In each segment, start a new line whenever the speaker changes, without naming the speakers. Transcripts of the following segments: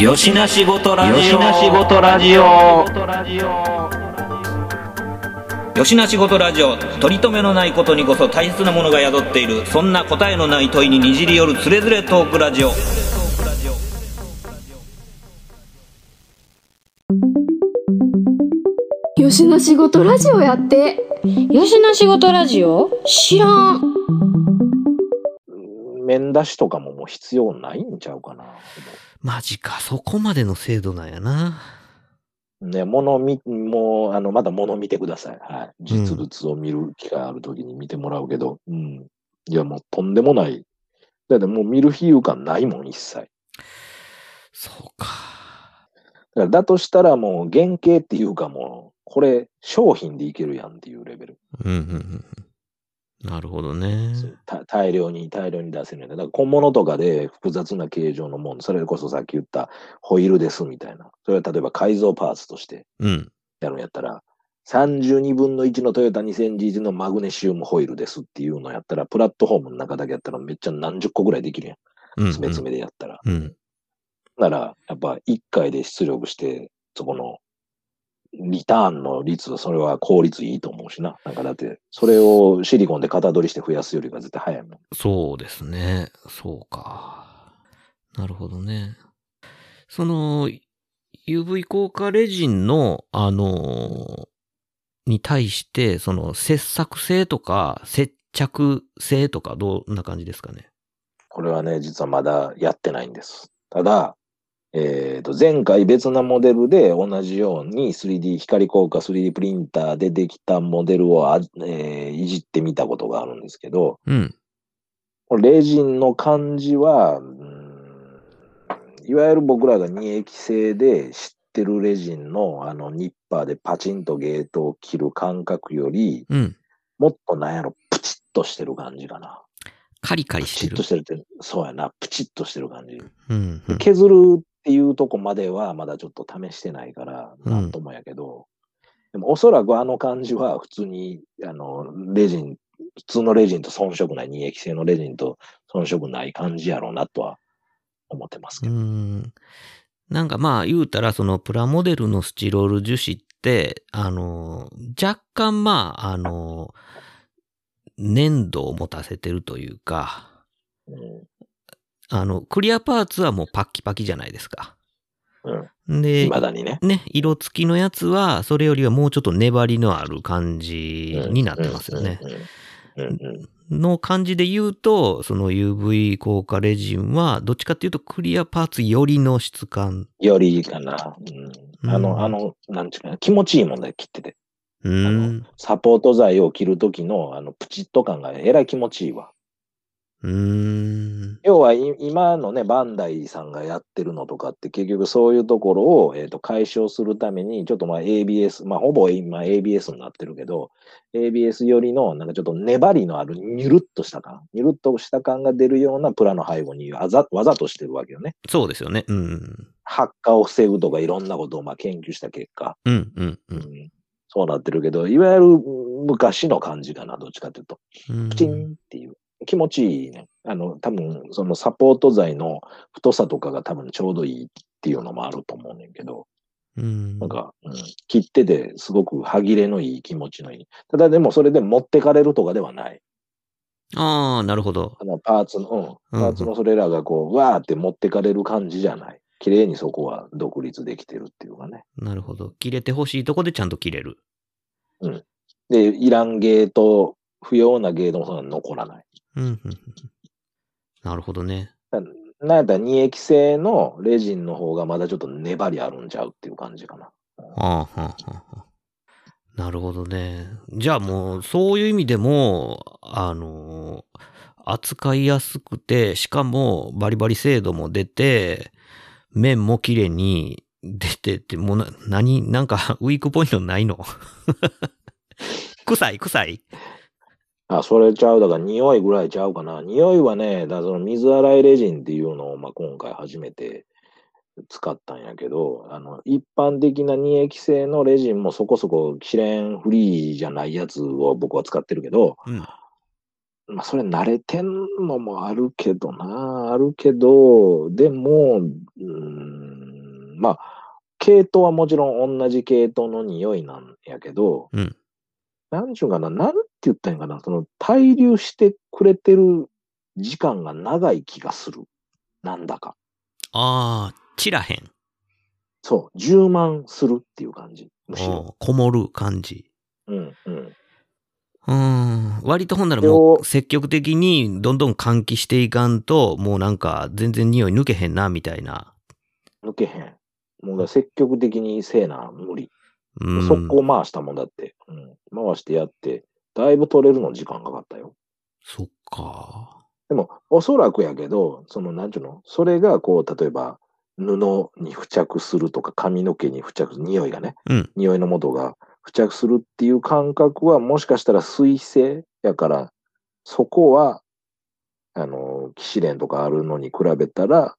よしな仕事ラジオよしな仕事ラジオよしな仕事ラジオ取り留めのないことにこそ大切なものが宿っているそんな答えのない問いににじり寄るつれづれトークラジオ
吉の仕事ラジオやって
吉野仕事ラジオ知らん。
面出しとかももう必要ないんちゃうかな。
マジか、そこまでの精度なんやな。
ね、物見、もう、あの、まだ物見てください。はい。実物を見る機会あるときに見てもらうけど、うん、いや、もうとんでもない。だってもう見る比喩感ないもん、一切。
そう
だ
か。
からだとしたらもう原型っていうかもう、これ商品でいけるやんっていうレベル。
うんうんうんうん。なるほどね。
た大量に大量に出せるよね。だから小物とかで複雑な形状のもの、それこそさっき言ったホイールですみたいな。それは例えば改造パーツとして
うん。
やるんやったら、32分の1のトヨタ 2000GT のマグネシウムホイールですっていうのやったら、プラットフォームの中だけやったらめっちゃ何十個ぐらいできるやん。
うん、うん。
詰め詰めでやったら。
うん。
なら、やっぱ1回で出力して、そこのリターンの率、それは効率いいと思うしな。なんかだって、それをシリコンで型取りして増やすよりが絶対早いもん。
そうですね。そうか。なるほどね。その、UV 効果レジンの、あのーに対して、その、切削性とか、接着性とか、どんな感じですかね。
これはね、実はまだやってないんです。ただ、えっ、と、前回別なモデルで同じように 3D、光効果 3D プリンターでできたモデルをあ、えーいじってみたことがあるんですけど、
うん。
これレジンの感じは、うーんいわゆる僕らが二液性で知ってるレジンのあのニッパーでパチンとゲートを切る感覚より、
うん。
もっとなんやろ、プチッとしてる感じかな。
カリカリ
プ
して
チッ
る
と。してるって、そうやな、プチッとしてる感じ。
うん、うん。
削るっていうとこまではまだちょっと試してないから、
うん
なんともやけど、でもおそらくあの感じは普通に、あの、レジン、普通のレジンと遜色ない、二液性のレジンと遜色ない感じやろうなとは思ってます
う
け
ー
ど。
ん。なんかまあ言うたらそのプラモデルのスチロール樹脂って、あの、若干まあ、あの、粘土を持たせてるというか、
うん
あの、クリアパーツはもうパッキパキじゃないですか。で、
未だにね。
ね、色付きのやつは、それよりはもうちょっと粘りのある感じになってますよね。
うん。うんうんうん
の感じで言うと、その UV 効果レジンは、どっちかっていうとクリアパーツよりの質感。
よりいいかな。うん、あ
うん
の、あの、なんちゅうかな、気持ちいいもんだよ、切ってて。
う
あ
ーん
の。サポート材を切るときの、あの、プチッと感がえらい気持ちいいわ。
うーん。
要はい今のね、バンダイさんがやってるのとかって、結局そういうところを、えー、と解消するために、ちょっとまあ ABS、まあほぼ今 ABS になってるけど、ABS よりの、なんかちょっと粘りのある、ニュルっとした感、ニュルっとした感が出るようなプラの背後にわざわざとしてるわけよね。
そうですよね。うん。
発火を防ぐとかいろんなことをまあ研究した結果、
うん、うん、う
うんんそうなってるけど、いわゆる昔の感じかな、どっちかというと。
うん。
プチンっていう。気持ちいいね。あの、多分、そのサポート材の太さとかが多分ちょうどいいっていうのもあると思うねんけど、
うん。
なんか、うん、切っててすごく歯切れのいい気持ちのいい。ただでもそれで持ってかれるとかではない。
ああ、なるほど。
あのパーツの、うん、
うん
パーツのそれらがこう、わーって持ってかれる感じじゃない。綺麗にそこは独立できてるっていうかね。
なるほど。切れてほしいとこでちゃんと切れる。
で、いらんゲート、不要なゲートもそんなの残らない。
うん、うんうん。なるほどね。
なんやったら二液性のレジンの方がまだちょっと粘りあるんちゃうっていう感じかな。
ああ、はあ、はあ。なるほどね。じゃあもう、そういう意味でも、あの扱いやすくて、しかもバリバリ精度も出て、面も綺麗に出てって、もうな、何、なんか、ウィークポイントないの 臭い、臭い。
あ、それちゃう。だから匂いぐらいちゃうかな。匂いはね、だからその水洗いレジンっていうのを、まあ、今回初めて使ったんやけど、あの、一般的な二液性のレジンもそこそこキレンフリーじゃないやつを僕は使ってるけど、
うん。
まあ、それ慣れてんのもあるけどな、あるけど、でも、うーん、まあ、系統はもちろん同じ系統の匂いなんやけど、
うん
なんちゅうかな、なんて言ったんやかな、その、滞留してくれてる時間が長い気がする。なんだか。
ああ、散らへん。
そう、充満するっていう感じ。むしろ。
おーこもる感じ。
うん、うん。
うーん。割とほんならもう積極的にどんどん換気していかんと、もうなんか全然匂い抜けへんな、みたいな。
抜けへん。もうだから積極的にせえな、無理。
うん。
速攻回したもんだって、うん。回してやって、だいぶ取れるの時間かかったよ。
そっか。
でも、おそらくやけど、その、なんちゅうのそれが、こう、例えば、布に付着するとか、髪の毛に付着する、匂いがね、
うん
匂いの元が付着するっていう感覚は、もしかしたら水性やから、そこは、あの、騎士連とかあるのに比べたら、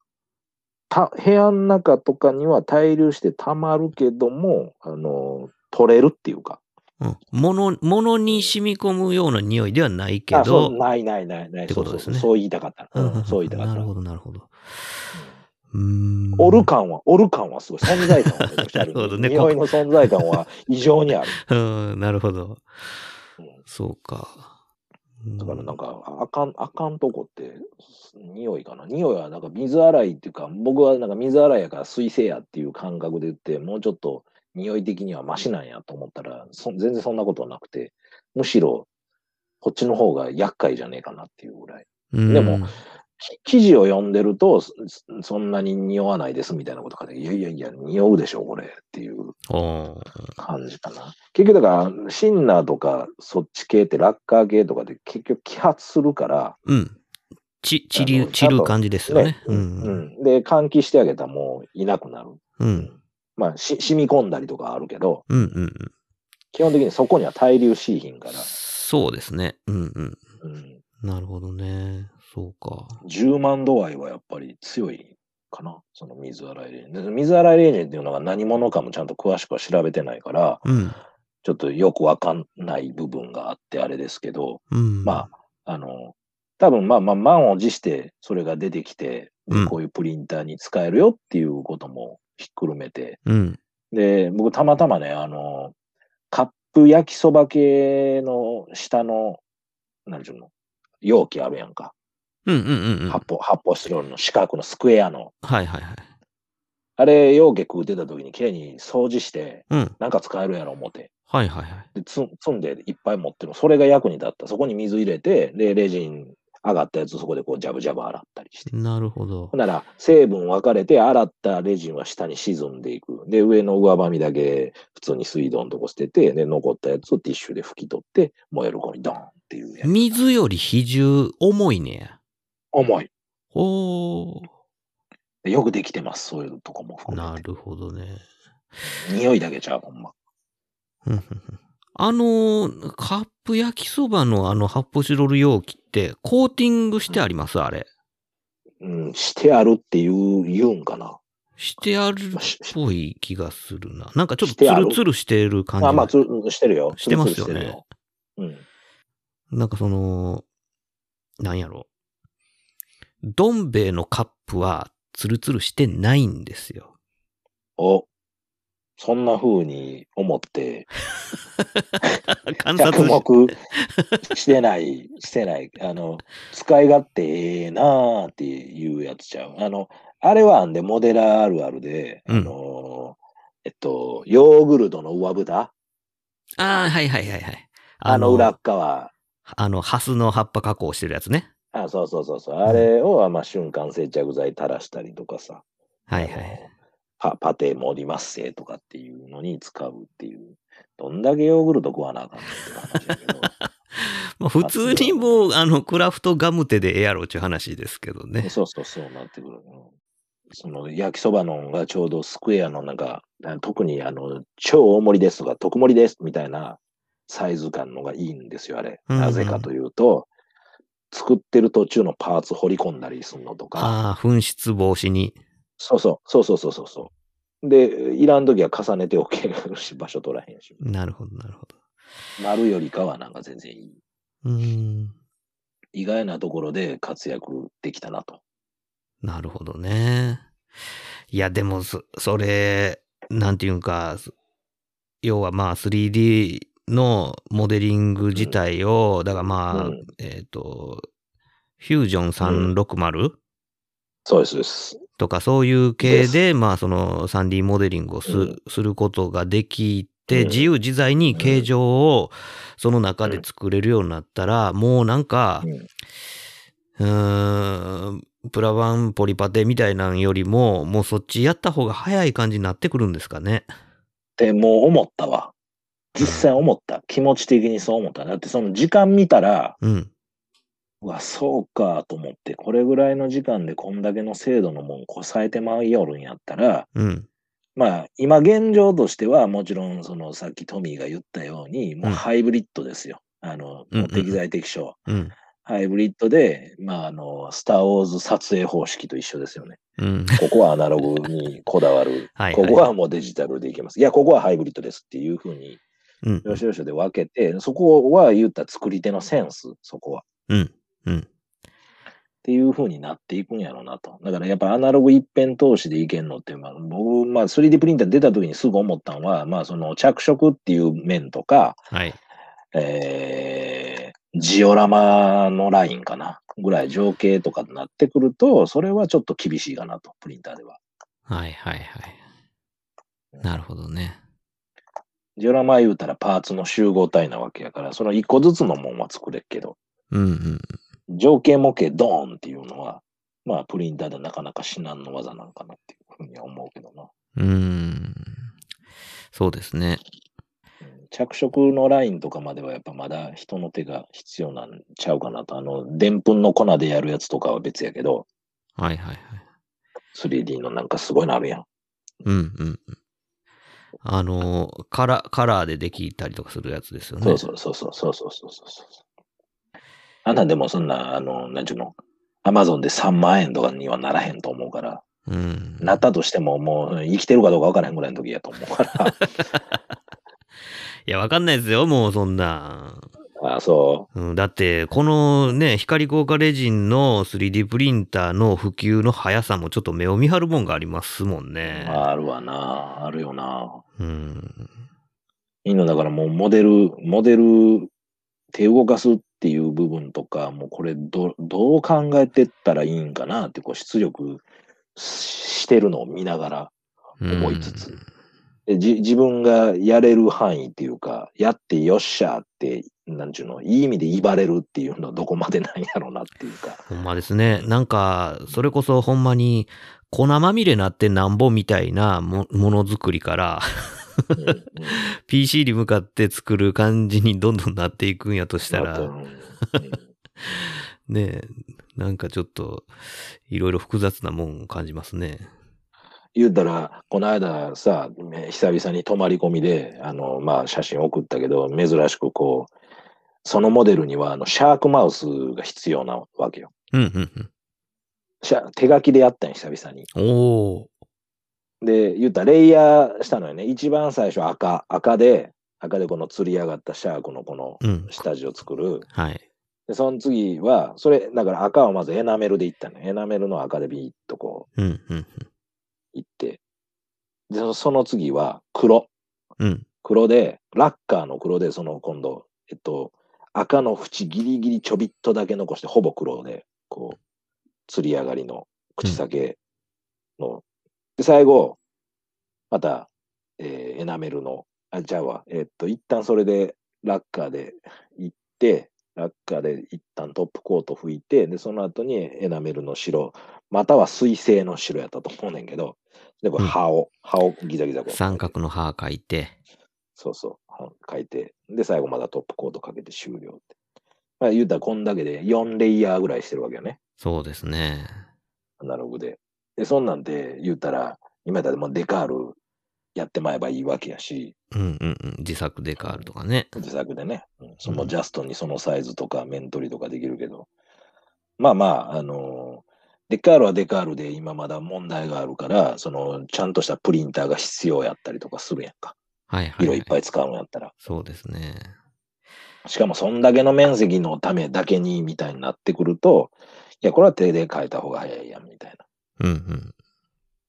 た部屋の中とかには滞留して溜まるけども、あの、取れるっていうか。
うん。物、物に染み込むような匂いではないけ
あそう
ど。
ないないないない。
ってことです
そう
ね
そうそう言いたかった。
うんうん
うん、そう言いたかった。
なるほど、なるほど。うーん。
オル感は、オル感はすごい。存在感はめちゃくちゃある。
なるほどね
匂いの存在感は異常にある。
うん、なるほど
うん。
そうか。
だからなん
か。
か、あかん、あかんとこって、匂いかな。匂いはなんか水洗いっていうか、僕はなんか水洗いやから水性やっていう感覚で言って、もうちょっと匂い的にはマシなんやと思ったら、そ全然そんなことはなくて、むしろ、こっちの方が厄介じゃねえかなっていうぐらい。
で
でも、き記事を読んでると、そそんなに匂わないですみたいなことかで、いやいやいや、匂うでしょ、これっていう。
おー
感じかな。結局だから、シンナーとか、そっち系って、ラッカー系とかで結局揮発するから、
うん。ち、散
あ
り、
の
散る感じですよね。う。
うん
うん。
んで、換気してあげたらもういなくなる。
うん。
まあ、し染み込んだりとかあるけど、
うん。うん。
基本的にそこには滞留しいひんから、
そうですね。うん。うん。
うん、
なるほどね。そうか。
10万度合いはやっぱり強いかな、その水洗いレーニンで水洗いレーニンっていうのが何者かもちゃんと詳しくは調べてないから、
うん。
ちょっとよくわかんない部分があってあれですけど、
うん。
まあ、あの、多分まあまあ、満を持して、それが出てきて、で
うん
こういうプリンターに使えるよっていうこともひっくるめて、
うん。
で、僕たまたまね、あの、カップ焼きそば系の下の、なんちゅうの、容器あるやんか。
うん。うん。うん。うん。は
発泡、発泡スチロールの四角のスクエアの。
いはいはい。
あれ、容器食うてた時に綺麗に掃除して、
うん。
なんか使えるやろ思って。
はいはいはい。
で、つ積んでいっぱい持ってる。それが役に立った。そこに水入れて、で、レジン上がったやつ、そこでこう、ジャブジャブ洗ったりして。
なるほど
ほ。んなら、成分分かれて、洗ったレジンは下に沈んでいく。で、上の上ばみだけ、普通に水道のとこ捨てて、で、残ったやつをティッシュで拭き取って、燃える子にドーンっていうやつ。
水より比重重いねや。
重い。
おー。
でよくできてます。そういうとこも含
な
めて。
るほどね。
匂いだけちゃう、ほんま。
うんうんうんあのー、カップ焼きそばのあの発泡スチロール容器ってコーティングしてありますあれ。
うん、してあるっていう、言うんかな。
してあるっ
し
ぽい気がするな。なんかちょっと
して
ツ
ある
ルツルしてる感
あ、
じが。
まあ、つしてるよ。
してますよ
つるつ
ね
るしてるようん。
なんかその、なんやろ。どん兵衛のカップはツルツルしてないんですよ。
お、そんな風に思って、
観
着
察し
目してない、 してない、あの、使い勝手ええなあっていうやつちゃう。あの、あれはあんで、モデラーあるあるで、
うん
あの、えっと、ヨーグルトの上蓋、
ああ、はいはいはいはい。
あの裏っ。側、
あの、ハスの葉っぱ加工してるやつね。
あそうそうそうそう、あれを、まあ、瞬間接着剤垂らしたりとかさ、
はい
あ
は
の
い。
パパテ盛りますせとかっていうのに使うっていう。どんだけヨーグルト食わなあかんねんって話だけど。
まあ、普通にもう、あの、クラフトガムテでええやろっちゅう話ですけどね。
そうそうそうなってくる。うんその焼きそばのがちょうどスクエアのなんか、特にあの、超大盛りですとか、特盛りですみたいなサイズ感のがいいんですよ、あれ。
うんうん
なぜかというと、作ってる途中のパーツ掘り込んだりするのとか、
ああ、紛失防止に。
そうそう、そうそうそうそうそう。で、いらん時は重ねておけるし、 場所取らへんし。
なるほど、なるほど。
丸よりかはなんか全然いい。
うーん。
意外なところで活躍できたなと。
なるほどね。いや、でもそ、それ、なんていうんか、そ要はまあ 3D のモデリング自体を、だからまあ、
うん
えっ、と、フュージョン360、
そうですそうです。
とかそういう
で
系で、まあその 3D モデリングをす,、
うん
することができて、
うん
自由自在に形状をその中で作れるようになったら、もうなんか、
うん
うーん、プラバンポリパテみたいなんよりも、もうそっちやった方が早い感じになってくるんですかね。
でもう思ったわ。実際思った。気持ち的にそう思った。だってその時間見たら、
うん。
うわ、そうかと思って、これぐらいの時間でこんだけの精度のもんこさえてまいよるんやったら、
うん。
まあ、今現状としては、もちろん、その、さっきトミーが言ったように、もううんハイブリッドですよ。あの、
うんうん
もう適材適所。
うん。
ハイブリッドで、まあ、あの、スター・ウォーズ撮影方式と一緒ですよね。
うん。。
ここはアナログにこだわる
はい
ここはもうデジタルでいけます。いや、ここはハイブリッドですっていうふうに、
うん。
よしよしで分けて、そこは言った作り手のセンス、そこは。
うん。うん。
っていう風になっていくんやろうなと。だからやっぱアナログ一辺投資でいけんのって、まあ、僕、まあ 3D プリンター出た時にすぐ思ったのは、まあその着色っていう面とか、
はい。
えー、ジオラマのラインかな、ぐらい情景とかになってくると、それはちょっと厳しいかなと、プリンターでは。
はいはいはい。なるほどね。
ジオラマ言うたらパーツの集合体なわけやから、その一個ずつのもんは作れるけど、
うんうん。
情景模型ドーンっていうのは、まあプリンターでなかなか至難の技なんかなっていうふうには思うけどな。
うーん。そうですね。
着色のラインとかまではやっぱまだ人の手が必要なんちゃうかなと。あの、でんぷんの粉でやるやつとかは別やけど、
はいはいはい。
3D のなんかすごいのあるやん。
うんうんうん。あの、カラー、カラーでできたりとかするやつですよね。
そうそうそうそうそうそうそうそうそう。あんなんでもそんな、あの、なんちゅうの、アマゾンで3万円とかにはならへんと思うから、
う。ん。
なったとしてももう生きてるかどうかわからへんぐらいの時やと思うから。
いや、わかんないですよ、もうそんな。
ああ、そ
うん、だって、このね、光効果レジンの 3D プリンターの普及の速さもちょっと目を見張るもんがありますもん
う。
ね。
まあ、あるわな。あるよな。
うん。
いいのだからもうモデル、モデル、手動かすっていう部分とか、もうこれど、どう考えてったらいいんかなって、こう出力ししてるのを見ながら、思いつつでじ自分がやれる範囲っていうか、やってよっしゃーって、なんちゅうの、いい意味で威張れるっていうのはどこまでなんやろうなっていうか。
ほんまですね。なんか、それこそほんまに粉まみれなってなんぼみたいなもものづくりから、
うんうん
PC に向かって作る感じにどんどんなっていくんやとした
あとう
ら、
んうん
ねえ、なんかちょっと、いろいろ複雑なもんを感じますね。
言ったら、この間さ、ね久々に泊まり込みで、あの、まあ、写真送ったけど、珍しくこう、そのモデルには、あの、シャークマウスが必要なわけよ。
うんうん
シャ手書きでやったんよ久々に。
うん。おー。
で、言ったら、レイヤーしたのよね。一番最初赤、赤で、赤でこの釣り上がったシャークのこの
うん。
下地を作る。
はい。
で、その次は、それ、だから赤をまずエナメルでいったのよエナメルの赤でビーッとこ
うんうん
う、いって。で、その次は黒。
うん。うん。
黒で、ラッカーの黒で、その今度、えっと、赤の縁ギリギリちょびっとだけ残して、ほぼ黒で、こう、釣り上がりの口先の、で、最後、また、えーエナメルの、あ、じゃあわ、えっと、一旦それで、ラッカーで行って、ラッカーで一旦トップコート拭いて、で、その後にエナメルの白、または水性の白やったと思うねんけど、で、これ、
うん
葉を、葉をギザギザこう
三角の歯書いて。
そうそう、うん書いて、で、最後まだトップコードかけて終了って。まあ、言うたらこんだけで4レイヤーぐらいしてるわけよね、
そうですね。
アナログで。で、そんなんで言ったら、今やったらもうデカールやってまえばいいわけやし、
うんうんうん。自作デカールとかね。
自作でね、うんそのジャストにそのサイズとか面取りとかできるけど、まあまあ、あのーデカールはデカールで今まだ問題があるから、そのちゃんとしたプリンターが必要やったりとかするやんか。
はいはい、
色
はい
っぱい使うんやったら。
そうですね。
しかもそんだけの面積のためだけにみたいになってくると、いや、これは手で変えた方が早いやんみたいな。
うんうん。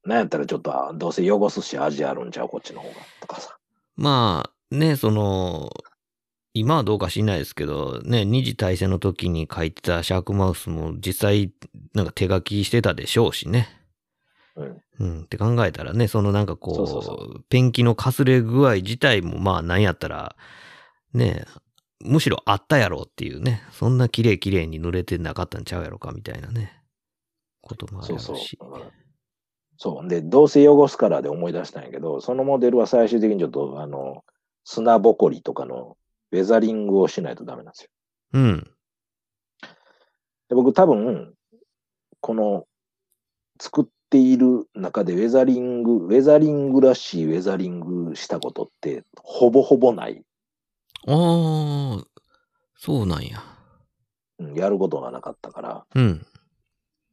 なんやったらちょっと、あどうせ汚すし味あるんちゃう、こっちの方が。とかさ。
まあね、その、今はどうか知んないですけど、ね、二次大戦の時に書いてたシャークマウスも実際、なんか手書きしてたでしょうしね。
うん。
うん、って考えたらね、そのなんかこう、
そうそうそ
ペンキのかすれ具合自体もまあなんやったら、ね、むしろあったやろっていうね、そんな綺麗綺麗に濡れてなかったんちゃうやろかみたいなね、こともある
そ
や
う
ろし。
そう。うんそう。で、どうせ汚すからで思い出したんやけど、そのモデルは最終的にちょっと、あの、砂ぼこりとかのウェザリングをしないとダメなんですよ。
うん。
で僕多分、この、作っている中でウェザリング、ウェザリングらしいウェザリングしたことって、ほぼほぼない。
ああ、そうなんや。
うん、やることがなかったから。
うん。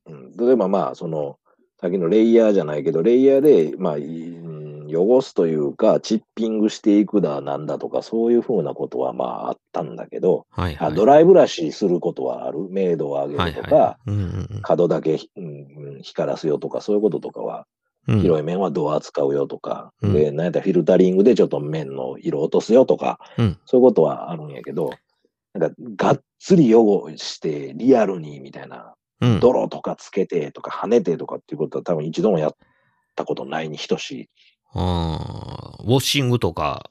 うん、例えばまあ、その、さっきのレイヤーじゃないけど、レイヤーで、まあ、いうん汚すというか、チッピングしていくだ、なんだとか、そういうふうなことはまああったんだけど、
はい、は
あ
い。
ドライブラシすることはある。明度を上げ
はい
るとか、
はい。うんうん
角だけ、うんうん光らすよとか、そういうこととかは、
うん。
広い面はドア使うよとか、
うん
で、なんやったらフィルタリングでちょっと面の色落とすよとか、
うん
そういうことはあるんやけど、なんか、がっつり汚して、リアルに、みたいな、
うん。
泥とかつけてとか跳ねてとかっていうことは多分一度もやったことないに等しい
ああ、ウォッシングとか。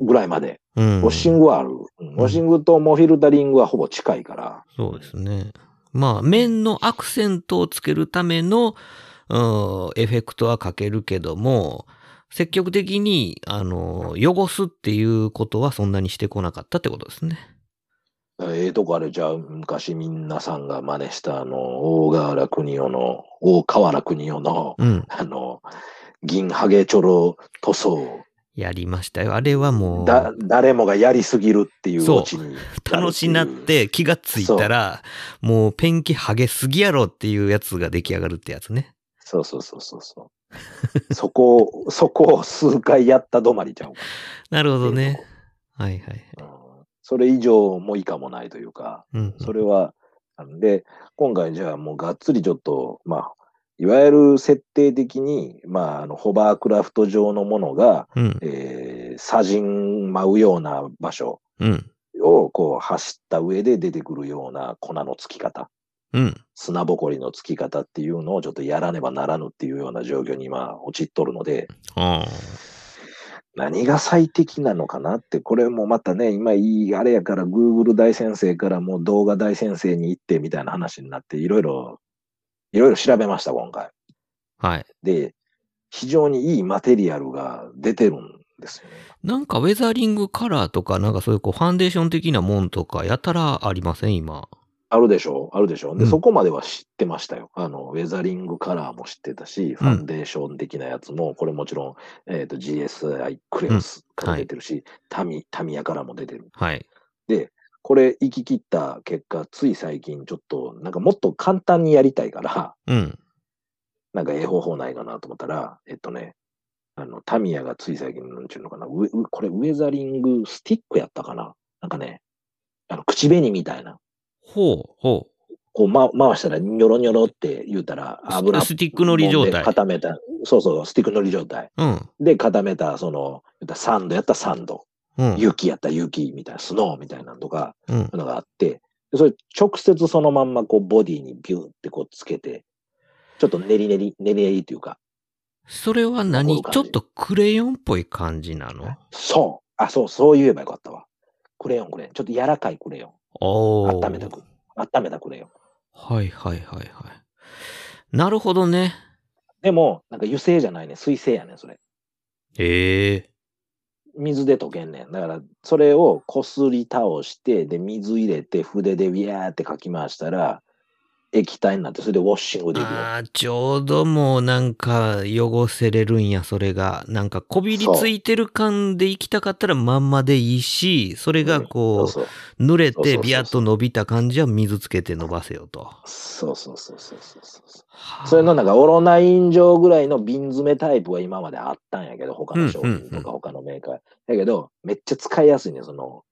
ぐらいまで。
うん。
ウォッシングはある。うんウォッシングとモフィルタリングはほぼ近いから。
そうですね。まあ、面のアクセントをつけるための、うんエフェクトはかけるけども、積極的に、あの、汚すっていうことはそんなにしてこなかったってことですね。
ええとこあれじゃあ、昔みんなさんが真似したあの、大河原国夫の、大河原国夫の、
うん。
あの、銀ハゲチョロ塗装。
やりましたよ。あれはも
だ
う、、
誰もがやりすぎるっていう
そう
オチになるっていう。
楽しなって気がついたら、もうペンキ剥げすぎやろっていうやつが出来上がるってやつね。
そうそうそうそうそう。そこを、 そこを数回やった止まりちゃうか
なるほ
な
どね。。はいはい。
うんそれ以上も以下もないというか、
うん。
それは、なんで、今回じゃあもうがっつりちょっと、まあ、いわゆる設定的に、まあ、あの、ホバークラフト上のものが、
うん。
えー、砂塵舞うような場所
うん。
をこう走った上で出てくるような粉のつき方、
うん。
砂ぼこりのつき方っていうのをちょっとやらねばならぬっていうような状況に今陥っとるので、
ああ。
何が最適なのかなって、これもまたね、今いい、あれやから Google 大先生からもう動画大先生に行ってみたいな話になって、いろいろ、いろいろ調べました、今回。
はい。
で、非常にいいマテリアルが出てるんですよね。
なんかウェザリングカラーとか、なんかそういうこうファンデーション的なもんとか、やたらありません、今。
あるでしょうあるでしょうで、
うん
そこまでは知ってましたよ。あの、ウェザリングカラーも知ってたし、ファンデーション的なやつも、これもちろん、えっ、と、GSI クレオスから出てるし、タミ、タミヤからも出てる。
はい。
これ行き切った結果、つい最近ちょっと、なんかもっと簡単にやりたいから、
うん。
なんかええ方法ないかなと思ったら、えっとね、あの、タミヤがつい最近、なんちゅうのかな、ウェウこれウェザリングスティックやったかななんかね、あの、口紅みたいな。
ほう、ほ
こう、ま、回したらニョロニョロって言うたら
ス
油。
スティックのり状態
固めた。そうそう、スティックのり状態。
う。うん。
で、固めた、その、言ったらサンドやったらサンド。
うん。
雪やったら雪みたいな、スノーみたいなのとか、
うん。
のがあって、でそれ直接そのまんまこうボディにビューってこうつけて、ちょっと練り練り、練り練りっていうか、
それは
こうい
何
う感
ち
じ
ょっとクレヨンっぽい感じなの
そう、あ、そう、そう言えばよかったわ。クレヨンクレヨン、ちょっと柔らかいクレヨン、
おー。
温めたく、温めたクレヨン。
はいはいはいはい。なるほどね。
でも、なんか油性じゃないね、水性やねん、それ。
ええ
水で溶けんねん。だから、それをこすり倒して、で、水入れて、筆でビャーってかき回したら、液体になって、それでウォッシングできる。
ああ、ちょうどもうなんか汚せれるんや、それが。なんかこびりついてる感で行きたかったらまんまでいいし、それが
そ
こ
う
う、
そう
濡れ
そうそう
て
そう
ビヤッと伸びた感じは水つけて伸ばせよと。
そうそうそうそうそうそう。それのなんか、オロナイン状ぐらいの瓶詰めタイプは今まであったんやけど、他の商品
うんう
と
んう
か他のメーカー。だけど、めっちゃ使いやすいね、その、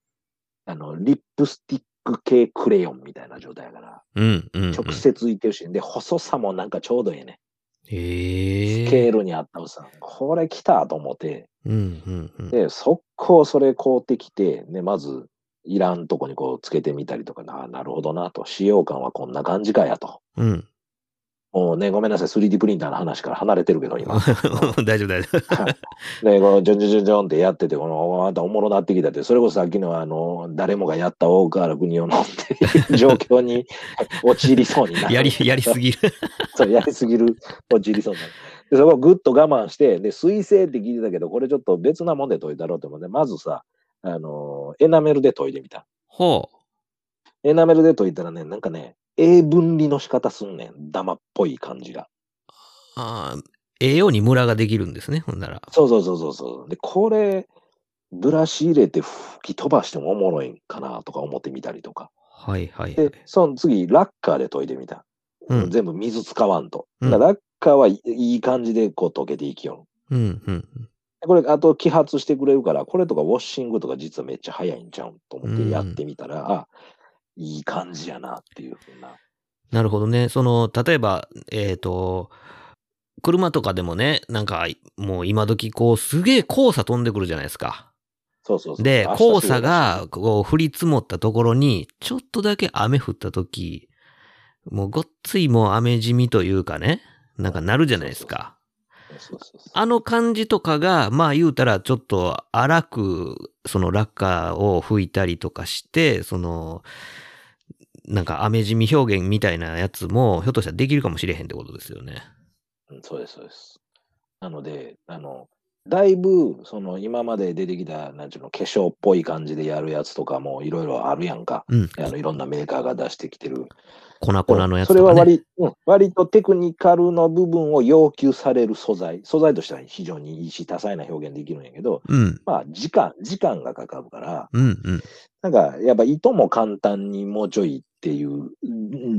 あの、リップスティック系クレヨンみたいな状態だから、
うんうんうん、
直接いってるし、で、細さもなんかちょうどいいね。
へえ。
スケールに合ったおっさん。これ来たと思って、
うんうんうん。
で、速攻それ買うてきて、ね、まず、いらんとこにこうつけてみたりとか、ななるほどなと、使用感はこんな感じかやと。
うん。
もうね、ごめんなさい、3D プリンターの話から離れてるけど、 今。
大丈夫大丈夫。
で、このジョンジョンジョンジョンってやってて、この、またおもろなってきたって、それこそさっきのあの、誰もがやった大川国を飲ん で、状況に陥りそうになる。
やり、やりすぎる。
そう、やりすぎる、陥りそうになる。で、そこをぐっと我慢して、で、水性って聞いてたけど、これちょっと別なもんで研いだろうと思って、まずさ、あのーエナメルで研いでみた。
ほ
エナメルで研いだらね、なんかね、英分離の仕方すんねん。ダマっぽい感じが。
う。ああ、栄養にムラができるんですね、ほんなら。
そうそうそうそうそう。で、これ、ブラシ入れて吹き飛ばしてもおもろいんかなとか思ってみたりとか。
はいはいはい
で。、その次、ラッカーで研いでみた。
うん。
全部水使わんと。
うん
だからラッカーはいいい感じでこう溶けていきよん。
うんうん。
これ、あと揮発してくれるから、これとかウォッシングとか実はめっちゃ早いんちゃうんと思っ
う
て
ん
やってみたら、あ、いい感じやなっていうふうな。
なるほどね。その、例えば、えっ、と、車とかでもね、なんか、もう今時こう、すげえ黄砂飛んでくるじゃないですか。
そうそうそう。
で
明、日
黄砂が、こう、降り積もったところに、ちょっとだけ雨降った時、もうごっついもう雨じみというかね、なんかなるじゃないですか。
そうそうそう
あの感じとかが、まあ言うたらちょっと荒く、そのラッカーを吹いたりとかして、その、なんか雨じみ表現みたいなやつも、ひょっとしたらできるかもしれへんってことですよね。
うんそうです、そうです。なので、あの、だいぶ、その、今まで出てきた、なんちゅうの、化粧っぽい感じでやるやつとかも、いろいろあるやんか。
うん。
あの、いろんなメーカーが出してきてる。
粉々のやつ
そ
と
れ
か
は
ね。
割,、うん、割とテクニカルの部分を要求される素材。素材としては非常にいいし、多彩な表現できるんやけど、
うん。
まあ、時間、時間がかかるから、
うんうん。
なんか、やっぱ糸も簡単にもうちょいっていう、うん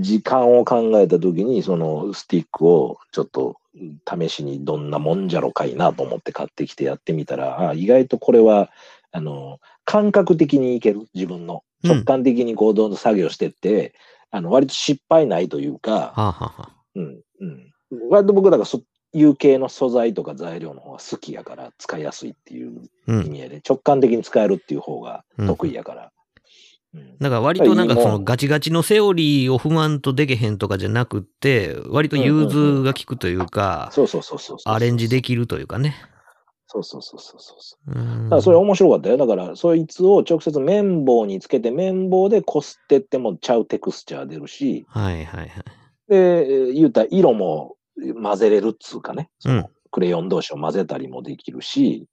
時間を考えたときに、そのスティックをちょっとうん試しにどんなもんじゃろかいなと思って買ってきてやってみたら、あ意外とこれは、あの、感覚的にいける、自分の。
うん
直感的にこう、どんどん作業してって、あの、割と失敗ないというか、
はあ、はあはあ、
うん、うん。割と僕、だからそ、有形の素材とか材料の方が好きやから使いやすいっていう
う
意
ん。
味合いで、直感的に使えるっていう方が得意やから。うん
だから割となんかそ
いい
の
もん
ガチガチのセオリーを不満とでけへんとかじゃなくって、割と融通が効くというか、
そうそうそうそうそう。
アレンジできるというかね。
そうそうそうそうそうそう。
うん
だからそれ面白かったよ。だから、そいつを直接綿棒につけて、綿棒でこすってってもちゃうテクスチャー出るし、
はいはいはい。
で、えー言うたら色も混ぜれるっつうかね。そ
うん
のクレヨン同士を混ぜたりもできるし、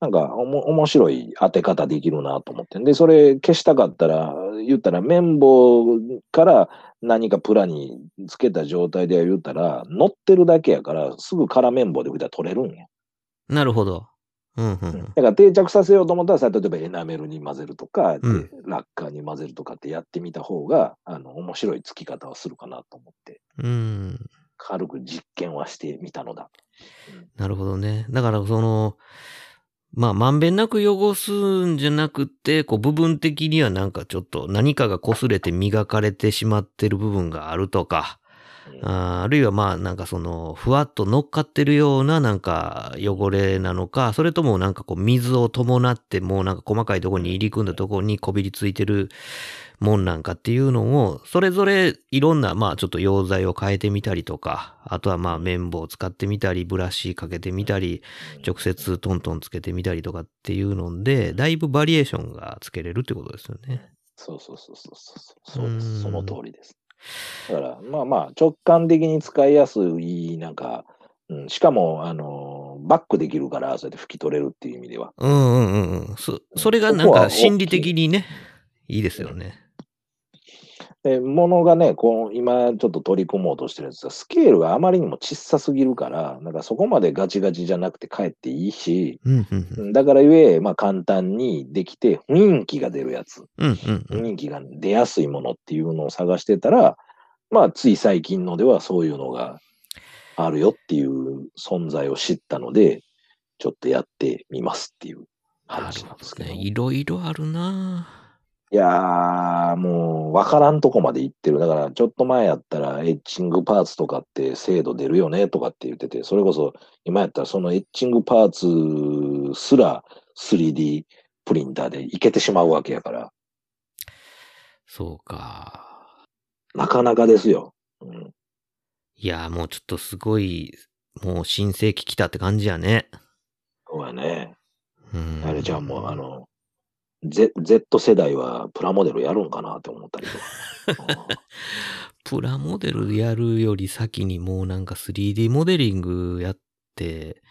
なんかおも面白い当て方できるなと思って。で、それ消したかったら、言ったら綿棒から何かプラにつけた状態で言ったら、乗ってるだけやから、すぐ空綿棒で言ったら取れるんや。
なるほど。うんうんうん
だ。から定着させようと思ったらさ、例えばエナメルに混ぜるとか、
うん
でラッカーに混ぜるとかってやってみた方が、あの、面白い付き方をするかなと思って。
うん。
軽く実験はしてみたのだ。
なるほどね。だから、その、まあ、まんべんなく汚すんじゃなくて、こう、部分的にはなんかちょっと何かが擦れて磨かれてしまってる部分があるとか、
うん
あーあるいはまあ、なんかその、ふわっと乗っかってるようななんか汚れなのか、それともなんかこう、水を伴ってもうなんか細かいところに入り組んだところにこびりついてるもんなんかっていうのを、それぞれいろんな、まあちょっと溶剤を変えてみたりとか、あとはまあ綿棒を使ってみたり、ブラシかけてみたり、直接トントンつけてみたりとかっていうので、だいぶバリエーションがつけれるってことですよね。
そうそうそうそうそうそうで
うん
す。その通りです。だから、まあまあ、直感的に使いやすい、なんか、うん、しかも、あのー、バックできるから、そうやって拭き取れるっていう意味では。
うんうんうんうん。そ、それがなんか心理的にね、いいですよね。
で、物がね、こう、今ちょっと取り組もうとしてるんですが、スケールがあまりにも小さすぎるから、なんかそこまでガチガチじゃなくて帰っていいし、
うんうん
うんだからゆえ、まあ簡単にできて、雰囲気が出るやつ。
うん。うんうんうん。
人気が出やすいものっていうのを探してたら、まあ、つい最近のではそういうのがあるよっていう存在を知ったので、ちょっとやってみますっていう
なる
話なん
ほ
ですけ
ど
ど。
ね。
い
いろいろあるなぁ
いやー、もう、わからんとこまで行ってる。だから、ちょっと前やったら、エッチングパーツとかって精度出るよね、とかって言ってて、それこそ、今やったら、そのエッチングパーツすら 3D プリンターでいけてしまうわけやから、
そうか。
なかなかですよ。うん、
いや、もうちょっとすごい、もう新世紀来たって感じやね。
そうやね。
うん。
あれじゃあもう、あ、の、Z, Z 世代はプラモデルやるんかなって思ったりとか。 うん
プラモデルやるより先にもうなんか 3D モデリングやって、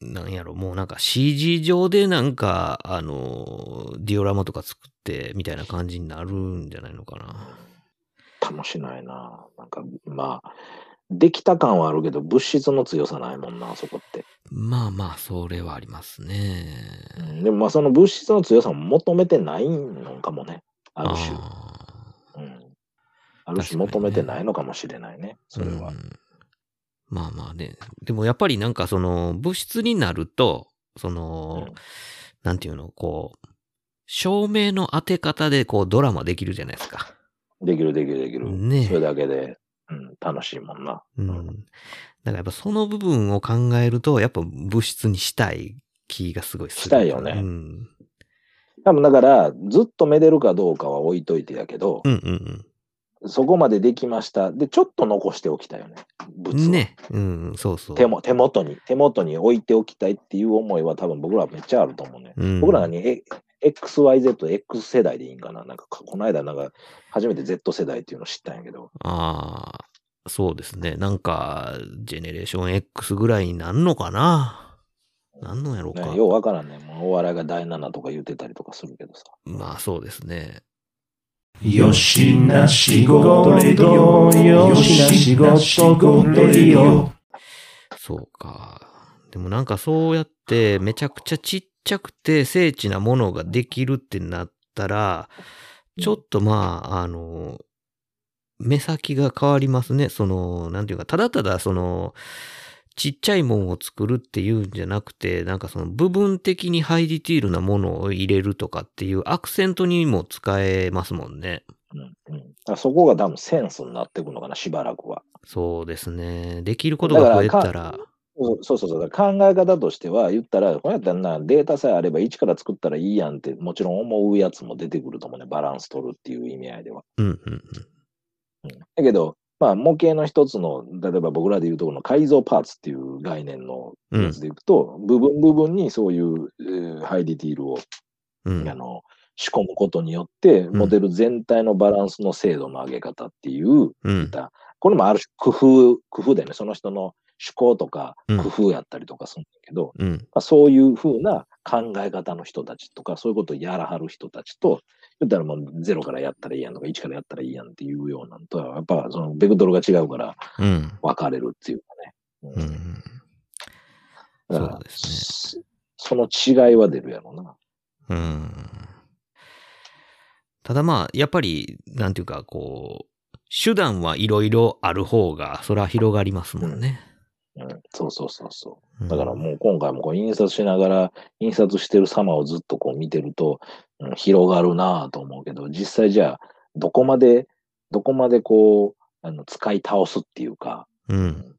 なんやろ、もうなんか CG 上でなんか、あの、ディオラマとか作ってみたいな感じになるんじゃないのかな。
楽しないな。なんか、まあ、できた感はあるけど、物質の強さないもんな、あそこって。
まあまあ、それはありますね。
うんでも、まあ、その物質の強さも求めてないのかもね。ある種。
あ
うん、ある種
確か
求
にね
めてないのかもしれないね、それは。
うんまあまあね。でもやっぱりなんかその物質になると、その、
うん
なんていうの、こう、照明の当て方でこうドラマできるじゃないですか。
できる、できる、できる。
ね
それだけで、うん、楽しいもんな。
うん。だ
うん
からやっぱその部分を考えると、やっぱ物質にしたい気がすごいする。
したいよね
うん。
多分だから、ずっとめでるかどうかは置いといてやけど
う、んうん
そこまでできました。で、ちょっと残しておきたいよね。
う
物を
ん。ね。うん、そうそう。
手も手元に、手元に置いておきたいっていう思いは多分僕らはめっちゃあると思うね。
うん、
僕らがね、え XYZ、X 世代でいいんかななんか、この間、なんか、初めて Z 世代っていうの知ったんやけど、
ああ、そうですね。なんか、ジェネレーション X ぐらいになんのかななんのやろうか。
ね、ようわからんね。もうお笑いが第7とか言ってたりとかするけどさ。
まあそうですね。
よしな仕事レディオよしな仕事レディオ
そうか。でもなんかそうやってめちゃくちゃちっちゃくて精緻なものができるってなったら、ちょっとまあ、あの、目先が変わりますね。その、なんていうか、ただただその、ちっちゃいもんを作るっていうんじゃなくて、なんかその部分的にハイディティールなものを入れるとかっていうアクセントにも使えますもんね。
うんうん、だからそこが多分センスになってくのかな、しばらくは。
そうですね。できることが増えた
だから
ら、
そうそうそうそう。考え方としては、言ったら、こうやったらな、データさえあれば一から作ったらいいやんって、もちろん思うやつも出てくると思うね。バランス取るっていう意味合いでは。
うんうんうん。
だけど、まあ、模型の一つの、例えば僕らでいうところの改造パーツっていう概念のやつでいくと、部分部分にそういう、えーハイディティールを、
うん
あの仕込むことによって、
ん
モデル全体のバランスの精度の上げ方っていう、
うん。
これもある種工夫、工夫だよね。その人の趣向とか
うん
工夫やったりとかするんだけど、
うん。
まあ、そういうふうな考え方の人たちとか、そういうことをやらはる人たちと、言ったらもうゼロからやったらいいやんとか、1からやったらいいやんっていうようなのとは、やっぱそのベクトルが違うから
うん。
分かれるっていうか
う
ね。
ん。
だから
そうです
その違いは出るやろうな。
うん。ただまあ、やっぱり、なんていうか、こう、手段はいろいろある方が、それは広がりますもんね。
うん、そうそうそうそう。
うん
だからもう今回もこう印刷しながら、印刷してる様をずっとこう見てると、うん広がるなぁと思うけど、実際じゃあ、どこまで、どこまでこう、あの使い倒すっていうか、
うん。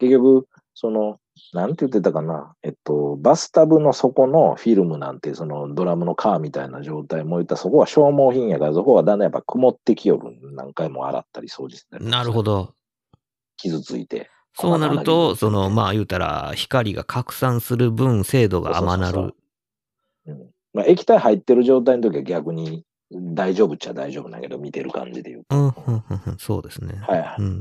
結局、その、なんて言ってたかな、えっと、バスタブの底のフィルムなんて、そのドラムのカーみたいな状態も言ったら、そこは消耗品やから、そこはだんだんやっぱ曇ってきよる。何回も洗ったり掃除したり。
なるほ。ど。
傷ついて。
そうなる
細々
と、その、まあ言うたら、光が拡散する分、精度が甘な
そうそう
る。
まあ、液体入ってる状態の時は逆に大丈夫っちゃ大丈夫なんやけど、見てる感じで言うと。
うん、うん、うん、うんそうですね。
はいは
う
い。
ん。
うん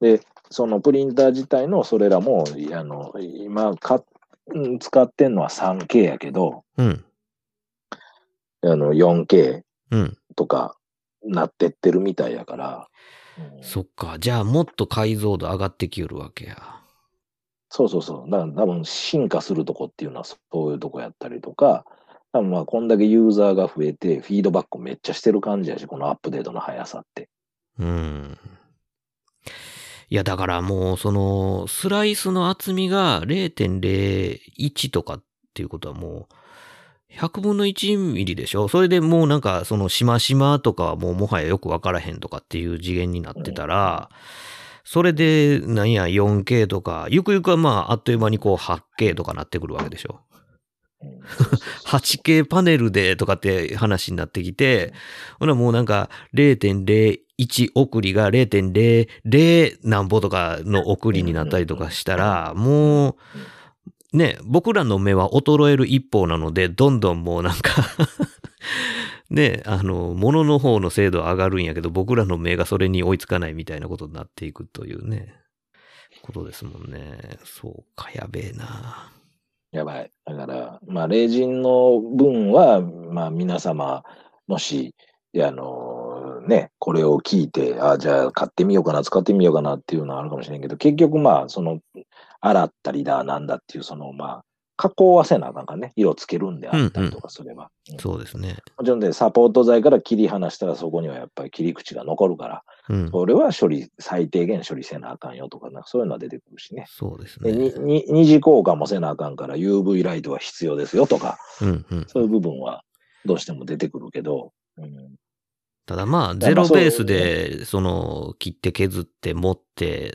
で、そのプリンター自体のそれらも、いあの今か、うん使ってんのは 3K やけど、
うん。
あの 4K
うん。
とかなってってるみたいやから、うん
そっか。じゃあ、もっと解像度上がってきよるわけや。
そうそうそう。だから多分進化するとこっていうのはそういうとこやったりとか、多分まあこんだけユーザーが増えて、フィードバックめっちゃしてる感じやし、このアップデートの速さって。
うん。いや、だからもう、その、スライスの厚みが0.01とかっていうことはもう、 100分の1ミリでしょそれでもうなんか、その、しましまとかはもうもはやよくわからへんとかっていう次元になってたら、それで、なんや、4K とか、ゆくゆくはまあ、あっという間にこう、8K とかなってくるわけでしょ
うんそうそうそう
8K パネルでとかって話になってきて、ほなもうなんか0.01送りが0.00何ぼとかの送りになったりとかしたら、もう、ね、僕らの目は衰える一方なので、どんどんもうなんか、 ね、あの、物の方の精度は上がるんやけど、僕らの目がそれに追いつかないみたいなことになっていくというね、ことですもんね。そうか、やべえな。
やばい。だから、まあ、霊人の分は、まあ、皆様、もし、いやあのね、これを聞いて、あじゃあ買ってみようかな、使ってみようかなっていうのはあるかもしれんけど、結局、まあ、その、洗ったりだ、なんだっていう、その、まあ、加工はせなあかんからね、色つけるんであったりとかすれば。うん
そうですね。
もちろんで、サポート材から切り離したら、そこにはやっぱり切り口が残るから、
うん。
それは処理、最低限処理せなあかんよとか、なんかそういうのは出てくるしね。
そうです
でに
ね。
に二次交換もせなあかんから UV ライトは必要ですよとか、
うんうん、
そういう部分はどうしても出てくるけど、うん、
ただまあ、
だ
ゼ
からま
ロ
あそう
ベースで、その、切って削って、持って、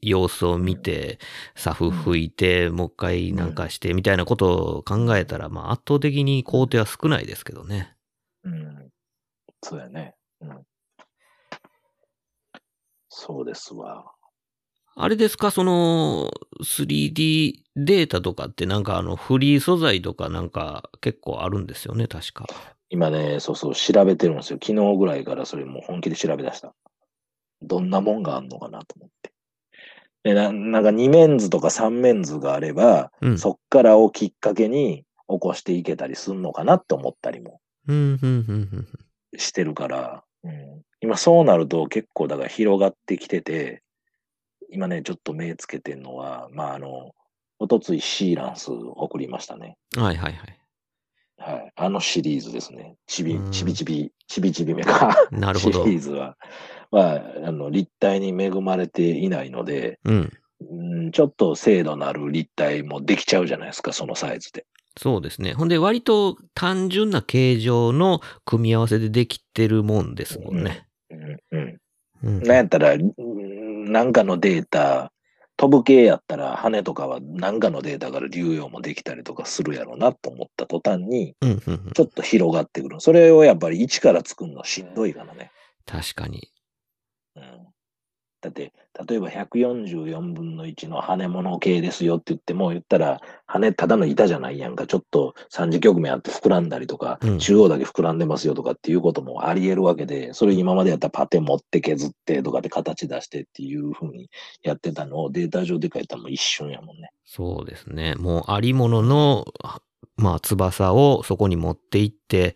様子を見て、サフ拭いて、もう一回なんかして、みたいなことを考えたら、まあ、圧倒的に工程は少ないですけどね。
うん、そうやね、うん。そうですわ。
あれですか、その、3D データとかって、なんかあの、フリー素材とかなんか結構あるんですよね、確か。
今ね、そうそう、調べてるんですよ。昨日ぐらいからそれもう本気で調べ出した。どんなもんがあんのかなと思って。でななんか二面図とか三面図があれば、
うん。
そっからをきっかけに起こしていけたりすんのかなって思ったりも
うん、うん、うん、
してるから、うん、今そうなると結構だから広がってきてて、今ね、ちょっと目つけてるのは、まああの、おとついシーランス送りましたね。
うん。はい、はい、はい。
はい。あのシリーズですね。ちび
うん、
ちびちび、ちびちびメカ。
なるほ ど
シリーズは、まあ、あの、立体に恵まれていないので、
うん。
うん、ちょっと精度のある立体もできちゃうじゃないですか、そのサイズで。
そうですね。ほんで、割と単純な形状の組み合わせでできてるもんですもんね。
うん、うん。
うん
なんやったら、うんなんかのデータ、飛ぶ系やったら、羽とかはなんかのデータから流用もできたりとかするやろうなと思った途端に、
うんうんうん
ちょっと広がってくる。それをやっぱり一から作るのしんどいからね。
確かに。
うん、だって、例えば144分の1の羽物系ですよって言っても、言ったら、羽ただの板じゃないやんか、ちょっと三次局面あって膨らんだりとか、
うん
中央だけ膨らんでますよとかっていうこともあり得るわけで、それ今までやったらパテ持って削ってとかって形出してっていうふうにやってたのをデータ上で書いたらもう一瞬やもんね。
そうですね。もうありものの、まあ、翼をそこに持っていって、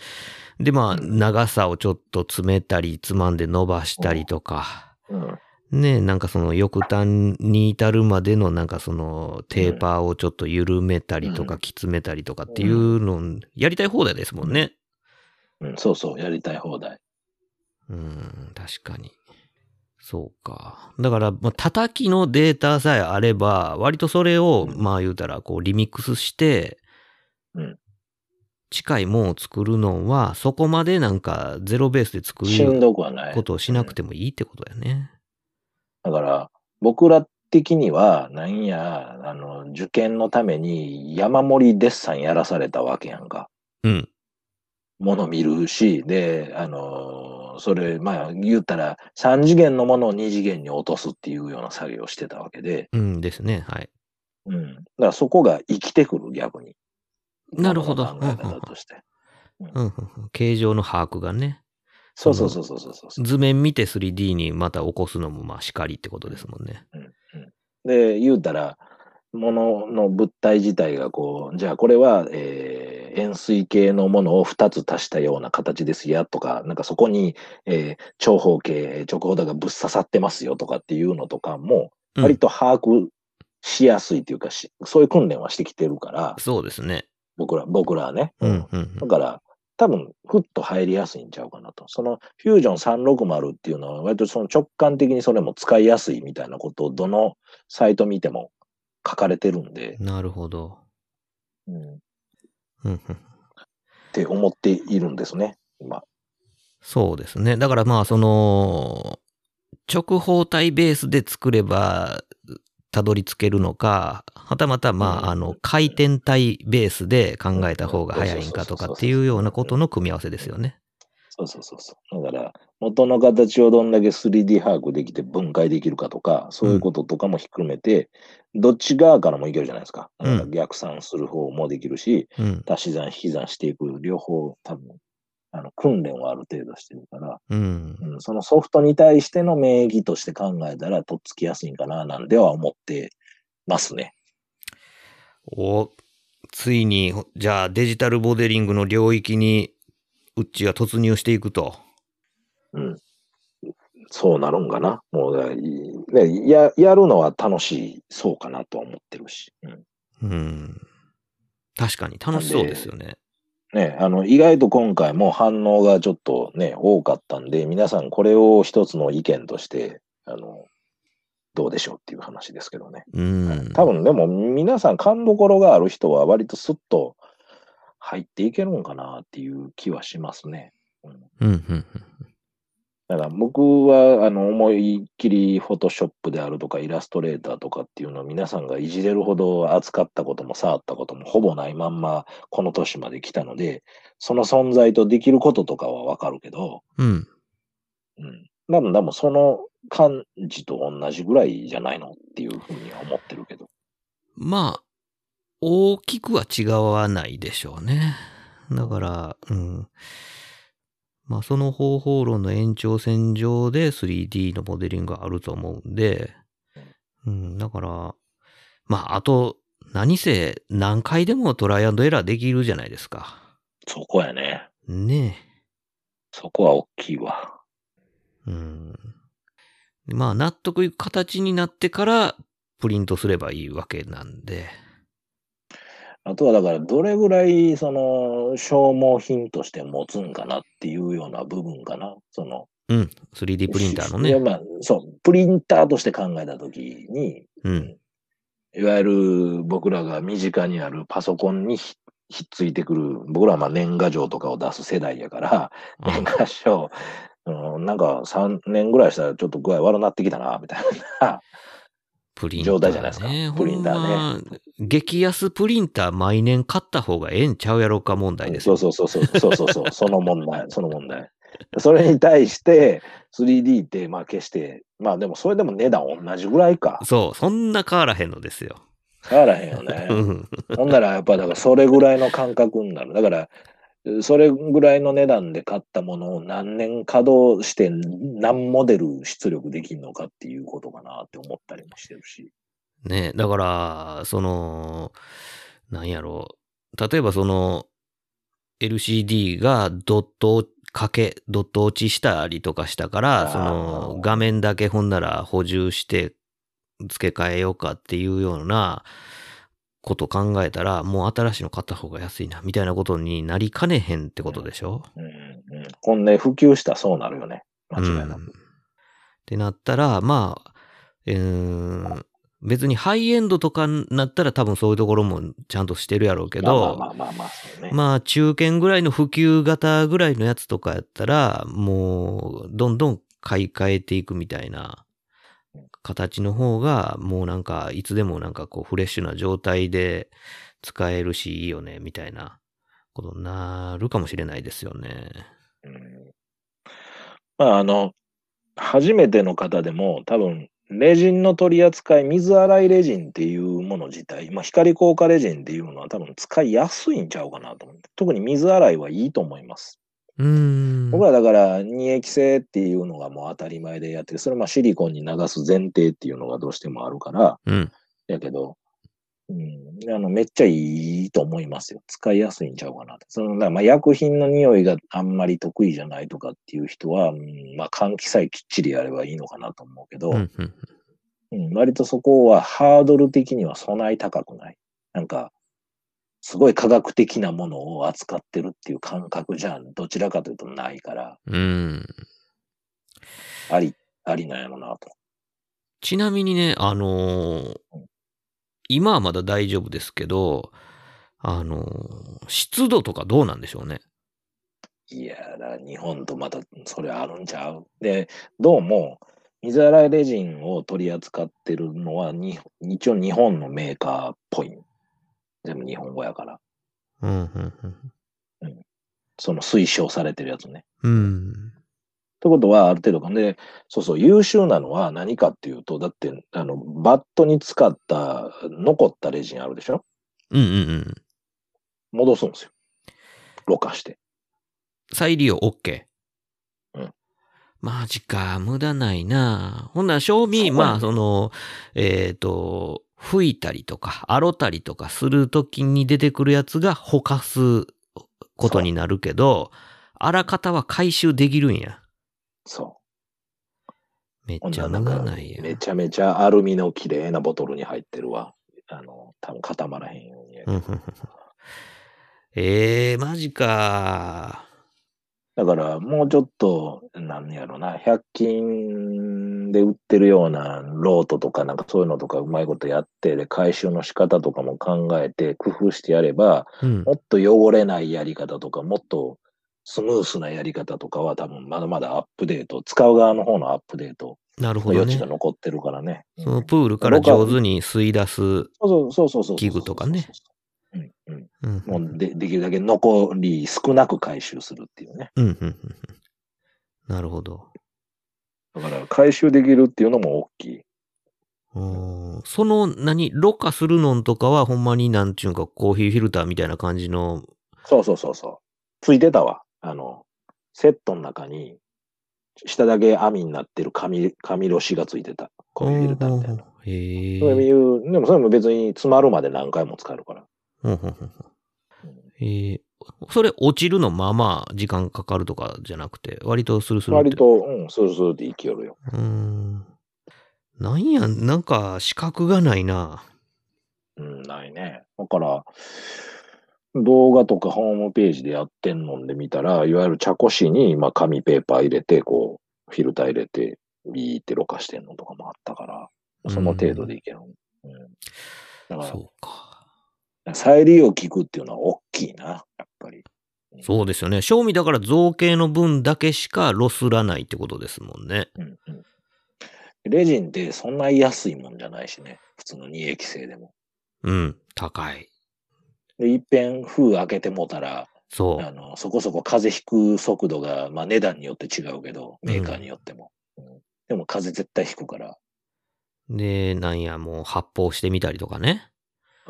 で、まあ、
うん
長さをちょっと詰めたり、つまんで伸ばしたりとか、
うん。
ね、なんかその翼端に至るまでのなんかそのテーパーをちょっと緩めたりと
う
か、
ん
きつめたりとかっていうの、やりたい放題ですもんね。
うん、そうそう、やりたい放題。
うーん、確かに。そうか。だから、まあ、叩きのデータさえあれば、割とそれを、
うん
まあ言うたら、こう、リミックスして、
うん
近いもんを作るのは、そこまでなんか、ゼロベースで作
しん
る
どくはない。
ことをしなくてもいいってことだよね。
だから、僕ら的には、なんや、あの、受験のために山盛りデッサンやらされたわけやんか。
うん。
もの見るし、で、あの、それ、まあ、言ったら、3次元のものを2次元に落とすっていうような作業をしてたわけで、
うんですね。はい。
うん。だからそこが生きてくる、逆に。
なるほど
考え方として。
うんうんうん。形状の把握がね。
そうそうそうそうそうそう。
図面見て 3D にまた起こすのも、まあ、しかりってことですもんね。
で、言うたら、ものの物体自体がこう、じゃあこれは、えー円錐形のものを2つ足したような形ですやとか、なんかそこに、えー長方形、えー直方だがぶっ刺さってますよとかっていうのとかも、
うん
割と把握しやすいというかし、そういう訓練はしてきてるから、
そうですね。
僕ら、僕らはね。
うん、うん
だ。から、多分、ふっと入りやすいんちゃうかなと。その、フュージョン360っていうのは、割とその直感的にそれも使いやすいみたいなことを、どのサイト見ても書かれてるんで、
なるほど。
うん
うんうん
って思っているんですね、今。
そうですね。だからまあ、その、直方体ベースで作れば、たどり着けるのか、はたまたまあ、あの、回転体ベースで考えた方が早いんかとかっていうようなことの組み合わせですよね。
そうそうそうそう。だから、元の形をどんだけ 3D 把握できて分解できるかとか、そういうこととかも含めて、どっち側からもいけるじゃないですか。
う
だ
ん
から逆算する方もできるし、
うん。
足し算、引き算していく、両方多分、あの、訓練はある程度してるから、
うん。
うん、そのソフトに対しての名義として考えたら、とっつきやすいんかな、なんでは思ってますね。
お、ついに、じゃあデジタルモデリングの領域に、うっちが突入していくと。
うん。そうなるんかな。もうだからいい、ね、や、やるのは楽しい、そうかなとは思ってるし。うん
うん。確かに楽しそうですよね。
ね、あの、意外と今回も反応がちょっとね、多かったんで、皆さんこれを一つの意見として、あの、どうでしょうっていう話ですけどね。
うん。
多分でも皆さん勘どころがある人は割とスッと入っていけるんかなっていう気はしますね。うん
うん、うん、
だから僕はあの思いっきりフォトショップであるとかイラストレーターとかっていうのを皆さんがいじれるほど扱ったことも触ったこともほぼないまんまこの年まで来たので、その存在とできることとかはわかるけど、
うん。うん。
うん。多分多分その感じと同じぐらいじゃないのっていうふうには思ってるけど。
まあ、大きくは違わないでしょうね。だから、うん。まあ、その方法論の延長線上で 3D のモデリングがあると思うんで、うん、だから、まあ、あと、何せ何回でもトライアンドエラーできるじゃないですか。
そこやね。
ねえ。
そこは大きいわ。
うん。でまあ、納得いく形になってから、プリントすればいいわけなんで。
あとはだから、どれぐらい、その、消耗品として持つんかなっていうような部分かな。その、
うん。3D プリンターの
いや
ね。
まあ、そう、プリンターとして考えたときに、
うん。
いわゆる僕らが身近にあるパソコンにひひっついてくる、僕らはまあ年賀状とかを出す世代やから、
あ
年賀状、うん、なんか3年ぐらいしたらちょっと具合悪なってきたな、みたいな。
プリンター、ね。
状態じゃないですかプリンターね
ほんま激安プリンター毎年買った方がええんちゃうやろうか問題です
そう
よ。
そうそうそう、そうそう そう、その問題、その問題。それに対して、3D って、まあ決して、まあでもそれでも値段同じぐらいか。
そうそんな変わらへんのですよ。
変わらへんよね
う。ん。
ほんなら、やっぱ、だから、それぐらいの感覚になる。だから、それぐらいの値段で買ったものを何年稼働して何モデル出力できるのかっていうことかなって思ったりもしてるし。
ねだから、その、なんやろう。例えばその、LCD がドットをかけ、ドット落ちしたりとかしたから、そ
あ
の
ー
画面だけほんなら補充して付け替えようかっていうようなこと考えたら、もう新しいの買った方が安いな、みたいなことになりかねへんってことでしょ、
うんうん、こんな普及したらそうなるよね。間違いなく。
うんってなったら、まあ、えー別にハイエンドとかになったら多分そういうところもちゃんとしてるやろうけ
まあ
ど、
まあまあまあまあ、そうね。
まあ中堅ぐらいの普及型ぐらいのやつとかやったら、もうどんどん買い替えていくみたいな形の方が、もうなんかいつでもなんかこうフレッシュな状態で使えるしいいよね、みたいなことになるかもしれないですよね。
うんまあ、あの、初めての方でも、多分、レジンの取り扱い、水洗いレジンっていうもの自体、まあ、光硬化レジンっていうのは多分使いやすいんちゃうかなと思って、特に水洗いはいいと思います。
うーん。
僕らだから、二液性っていうのがもう当たり前でやってる、それはまあシリコンに流す前提っていうのがどうしてもあるから、
うん。
やけど、うん、あのめっちゃいいと思いますよ。使いやすいんちゃうかなと。そのだからまあ薬品の匂いがあんまり得意じゃないとかっていう人は、うんまあ、換気さえきっちりやればいいのかなと思うけど、
う
うん
んうん
割とそこはハードル的には備え高くない。なんか、すごい科学的なものを扱ってるっていう感覚じゃん。どちらかというとないから、
うん。
あり、ありなんやろなと。
ちなみにね、あのー今はまだ大丈夫ですけど、あの、湿度とかどうなんでしょうね。
いやだ、日本とまたそれあるんちゃうで、どうも、水洗いレジンを取り扱ってるのはに、一応日本のメーカーっぽい。全部日本語やから。
うん、うん、うん。
その推奨されてるやつね。
うん。
ってことは、ある程度かで、そうそう、優秀なのは何かっていうと、だって、あの、バットに使った、残ったレジンあるでしょ
うん、うん、うん。
戻すんですよ。ろ過して。
再利用 OK。
うん。
マジか、無駄ないな。ほんなら、賞味、
そうなんだ
まあ、その、えっ、と、吹いたりとか、洗ったりとかするときに出てくるやつがほかすことになるけど、あらかたは回収できるんや。
そ
めっ
う。
ちゃ
ほん
無
な
駄
らなんか
ないやん。
めちゃめちゃアルミの綺麗なボトルに入ってるわ。あの、多分固まらへんように。
うんうんうんええー、マジか。
だから、もうちょっと、なんやろな、100均で売ってるようなロートとか、なんかそういうのとかうまいことやって、で、回収の仕方とかも考えて、工夫してやれば、
うん
も。っと汚れないやり方とか、もっとスムースなやり方とかは、多分まだまだアップデート、使う側の方のアップデート
なるほ
の
ど
余
ね
地が。残ってるからね。
そのプールから上手に吸い出す。うん
そうそうそうそうそうそうそうそう。
器具とかね
うんうん。
うん
もうでできるだけ残り少なく回収するっていうね。
うんうんうんうんなるほど。
だから回収できるっていうのも大きい。
うんその、何、ろ過するのんとかは、ほんまになんちゅうんか、コーヒーフィルターみたいな感じの、
そうそうそうそう。ついてたわ。あの、セットの中に、下だけ網になってる紙、紙ろ紙がついてた。コーヒーフィルターみたいな。
へえ
そういう、でもそれも別に詰まるまで何回も使えるから。
うんうんうんうんえーそれ落ちるのまあまあ時間かかるとかじゃなくて、割とスルスルって
割と、うん、スルスルって生きよるよ。
うーん。なんや、なんか資格がないな。
うん、ないね。だから、動画とかホームページでやってんのんで見たら、いわゆる茶こしに、まあ、紙ペーパー入れて、こう、フィルター入れて、ビーってろ過してんのとかもあったから、その程度でいける。うん。だから、
そうか。
再利用聞くっていうのは大きいな、やっぱり。
そうですよね。賞味だから造形の分だけしかロスらないってことですもんね。
うんうんレジンってそんな安いもんじゃないしね、普通の二液性でも。
うん。高い。
で、いっぺん封開けてもうたら、
そ
あ
う。
の、そこそこ風邪ひく速度が、まあ値段によって違うけど、メーカーによっても。うんでも風邪絶対ひくから、
で、なんや、もう発泡してみたりとかね。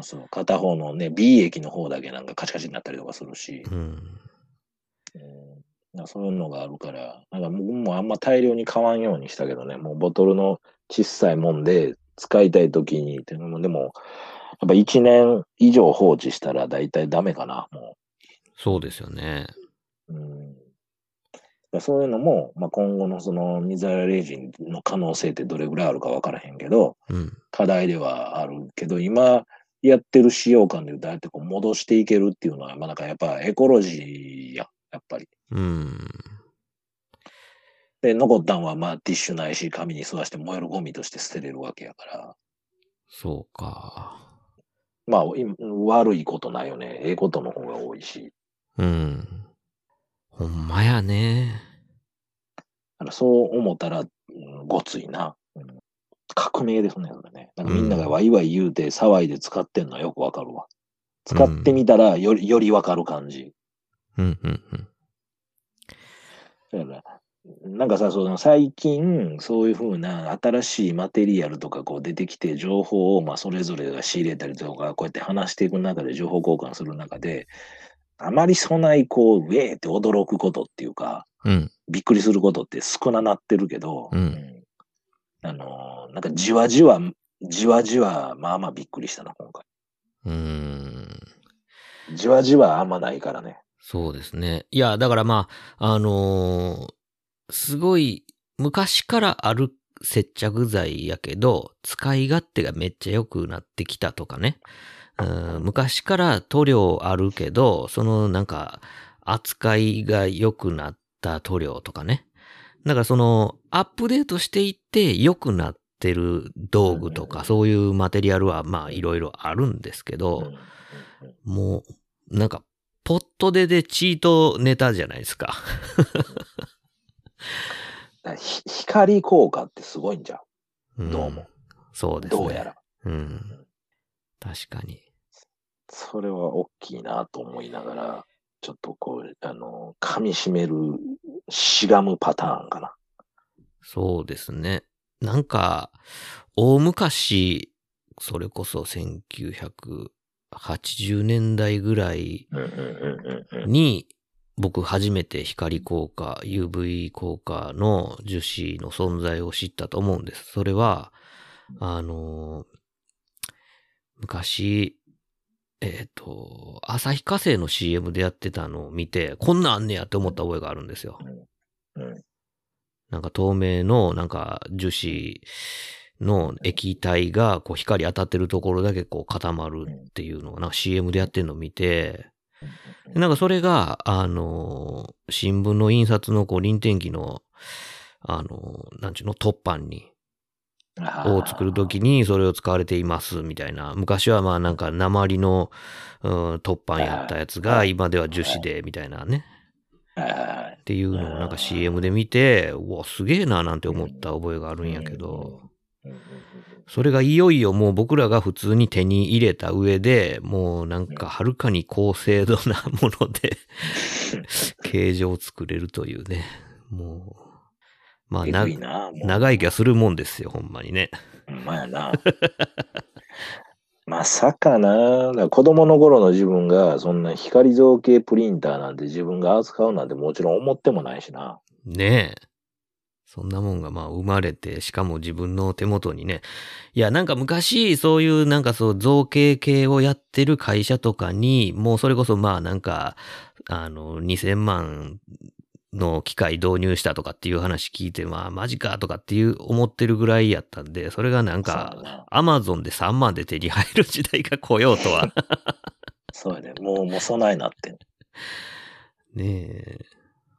その片方のね、B 液の方だけなんかカチカチになったりとかするし、
うん。
うんなんかそういうのがあるから、なんか僕もあんま大量に買わんようにしたけどね、もうボトルの小さいもんで使いたい時にっていうのも、でも、やっぱ1年以上放置したら大体ダメかな、も
そうですよね。
う。うん、だからそういうのも、まあ、今後のその水洗いレジンの可能性ってどれぐらいあるかわからへんけど、
うん。
課題ではあるけど、今やってる使用感でだいたいこう戻していけるっていうのは、まあ、なんかやっぱエコロジーやん、やっぱり。
うん。
で、残ったんは、まあ、ティッシュないし、紙に吸わして燃えるゴミとして捨てれるわけやから、
そうか。
まあ、い悪いことないよね。ええことの方が多いし。
うん。ほんまやね。
だからそう思ったら、うんごついな。うん革命ですね、それね。なんかみんながワイワイ言うて、騒いで使ってんのはよくわかるわ。使ってみたら、より、よりわかる感じ。
うんうんうん。
だから、なんかさ、その最近、そういうふうな新しいマテリアルとかこう出てきて、情報をまあそれぞれが仕入れたりとか、こうやって話していく中で、情報交換する中で、あまりそない、こう、ウェーって驚くことっていうか、
うん。
びっくりすることって少ななってるけど、
うん
んあのーなんかじわじわ、じわじわ、まあまあびっくりしたな、今回。
うん。
じわじわあんまないからね。
そうですね。いや、だからまあ、あのーすごい昔からある接着剤やけど、使い勝手がめっちゃ良くなってきたとかね。うん昔から塗料あるけど、そのなんか扱いが良くなった塗料とかね。だからそのアップデートしていって良くなってる道具とか、そういうマテリアルはまあいろいろあるんですけど、
うん
もう、なんか、ポットででチートネタじゃないですか。
だからひ光効果ってすごいんじゃ
ん
どうも。
そうで
ん。
すね。
どうやら。。
うん。確かに。
それは大きいなと思いながら、ちょっとこう、あの、噛み締める、しがむパターンかな。
そうですね。なんか、大昔、それこそ1980年代ぐらい
うんうんうんうん。
に、僕初めて光効果、UV 効果の樹脂の存在を知ったと思うんです。それは、あの昔、えっ、と、旭化成の CM でやってたのを見て、こんなんあんねやって思った覚えがあるんですよ。
うん
なんか透明の、なんか樹脂の液体が、こう光当たってるところだけこう固まるっていうのが、なんか CM でやってるのを見て、でなんかそれが、あのー新聞の印刷のこう臨転機の、あのーなんちゅうの、突版に、を作るときにそれを使われていますみたいな。昔はまあなんか鉛の、うん、突版やったやつが
はい
今では樹脂でみたいな
は
ね。
いはいはい
っていうのをなんか CM で見て、うわ、すげえななんて思った覚えがあるんやけど、
うんうん
それがいよいよもう僕らが普通に手に入れた上で、もうなんかはるかに高精度なもので、形状を作れるというね。もう、ま
う
あ
ん。え
な
ぐい、な、もう
長生きはするもんですよ、ほんまにね。
ほんまやな。 まさかな。だから子供の頃の自分が、そんな光造形プリンターなんて自分が扱うなんてもちろん思ってもないしな。
ねえ。そんなもんがまあ生まれて、しかも自分の手元にね。いや、なんか昔、そういうなんかそう造形系をやってる会社とかに、もうそれこそまあなんか、あの、2000万の機械導入したとかっていう話聞いて、まあマジかとかっていう思ってるぐらいやったんで、それがなん
そうや
か
な、
アマゾンで3万で手に入る時代が来よう とは。
そうやね。もう、もう備えなってん。
ねえ。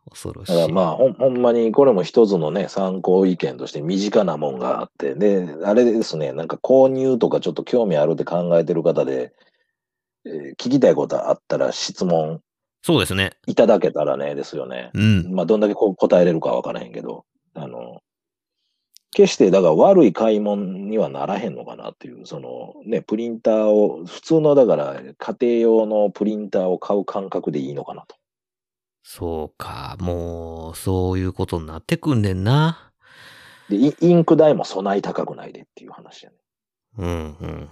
恐ろし
だから
い。
まあほん、ほんまにこれも一つのね、参考意見として身近なもんがあって、で、あれですね、なんか購入とかちょっと興味あるって考えてる方で、えー聞きたいことあったら質問
そうですね。
いただけたらね、ですよね。
うん。
まあ、どんだけこう答えれるかわからへんけど、あの、決して、だから悪い買い物にはならへんのかなっていう、そのね、プリンターを、普通のだから家庭用のプリンターを買う感覚でいいのかなと。
そうか、もう、そういうことになってくんねんな。
で、インインク代も備え高くないでっていう話やね。
うん、うん、うん。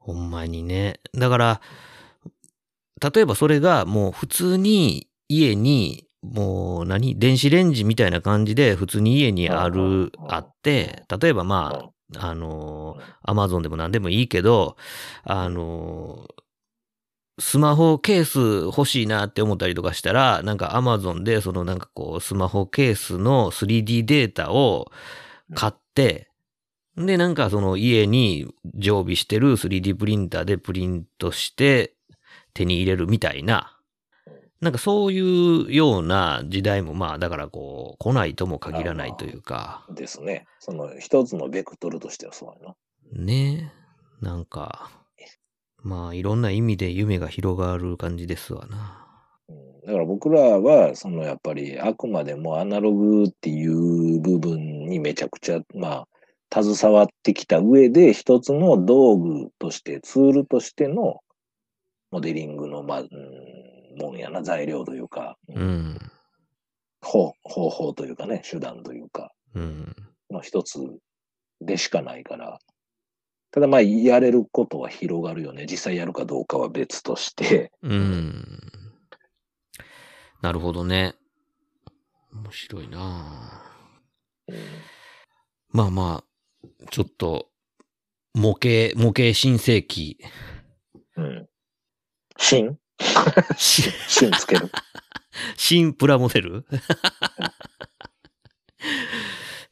ほんまにね。だから、例えばそれがもう普通に家に、もう何電子レンジみたいな感じで普通に家にある、あって、例えばまあ、あのアマゾンでも何でもいいけど、あのスマホケース欲しいなって思ったりとかしたら、なんかアマゾンでそのなんかこうスマホケースの 3D データを買って、でなんかその家に常備してる 3D プリンターでプリントして手に入れるみたいな、なんかそういうような時代もまあだからこう来ないとも限らないというか、
ですね。その一つのベクトルとしてはそうやな。
ねなんか、まあいろんな意味で夢が広がる感じですわな。
うんだから僕らは、そのやっぱりあくまでもアナログっていう部分にめちゃくちゃ、まあ、携わってきた上で、一つの道具として、ツールとしてのモデリングの、まあ、うんもんやな、材料というか、
うん。
方方法というかね、手段というか、
うん。
の一つでしかないから。ただまあ、やれることは広がるよね。実際やるかどうかは別として。
うん。なるほどね。面白いな
うん
まあまあ、ちょっと、模型、模型新世 紀。
うん。芯
し
芯つ ける。
新プラモデル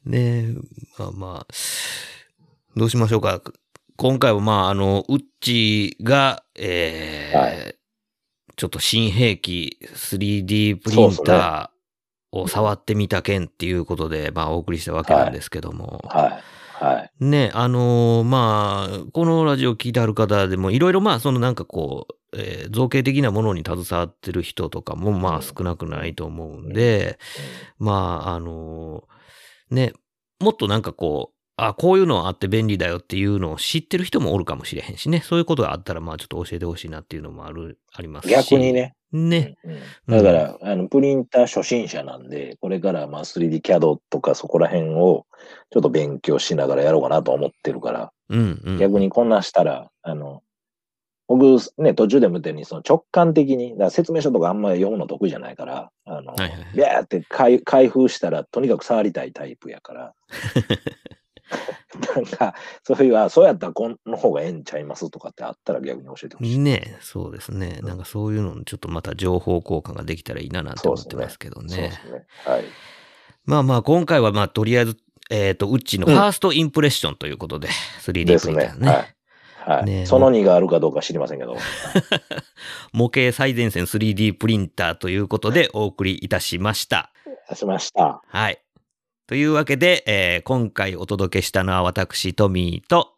ねえ、まあまあ、どうしましょうか。今回はまあ、あの、ウッチが、えー
は
ちょっと新兵器 3D プリンターを触ってみた件っていうことで、まあ、お送りしたわけなんですけども、
はい。はい。
ね、あのーまあ、このラジオ聞いてある方でも、いろいろまあ、そのなんかこう、えー造形的なものに携わってる人とかもまあ少なくないと思うんで、まあ、あのーね、もっとなんかこう、あ、こういうのあって便利だよっていうのを知ってる人もおるかもしれへんしね、そういうことがあったらまあちょっと教えてほしいなっていうのもある、ありますし。
逆に。ね。
ね。
うんだから、あの、プリンター初心者なんで、これからまあ 3DCAD とかそこら辺をちょっと勉強しながらやろうかなと思ってるから、
うん、うん。
逆にこんなんしたら、あの、僕ね、途中でも言ったように、その直感的に、だから説明書とかあんまり読むの得意じゃないから、あの、
はいはいはい
ビャーって開開封したら、とにかく触りたいタイプや から。なんか、そういう、あ、そうやったらこの方がええんちゃいますとかってあったら逆に教えてほしい。
ねそうですね。なんかそういうのにちょっとまた情報交換ができたらいいななんて
そう
思
で
っ
す
て
ね
ますけど
そうで
ね。
すね。はい。
まあまあ今回はまあとりあえず、えっ、と、ウッチーのファーストインプレッションということで、
で
3D プ
す
リンタ
ね
ー。ね
はい。はい
ねえ
その2があるかどうか知りませんけど。
模型最前線 3D プリンターということでお送りいたしました。
しました。
はい。というわけで、えー今回お届けしたのは私、トミーと、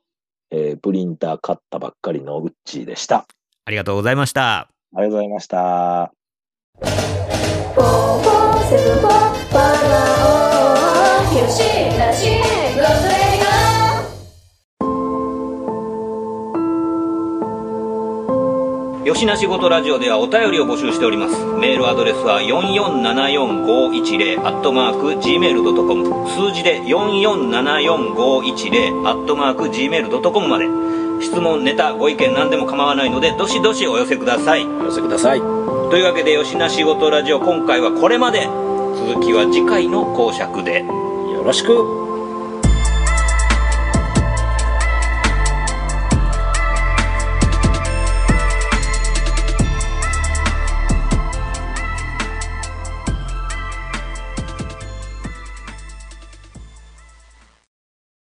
えープリンター買ったばっかりのウッチーでした。
ありがとうございました。
ありがとうございました。
よしなしごとラジオではお便りを募集しておりますメールアドレスは4474510アットマーク Gmail.com 数字で4474510アットマーク Gmail.com まで質問ネタご意見何でも構わないのでどしどしお寄せください
お寄せください。
というわけでよしなしごとラジオ今回はこれまで続きは次回の講釈で
よろしく。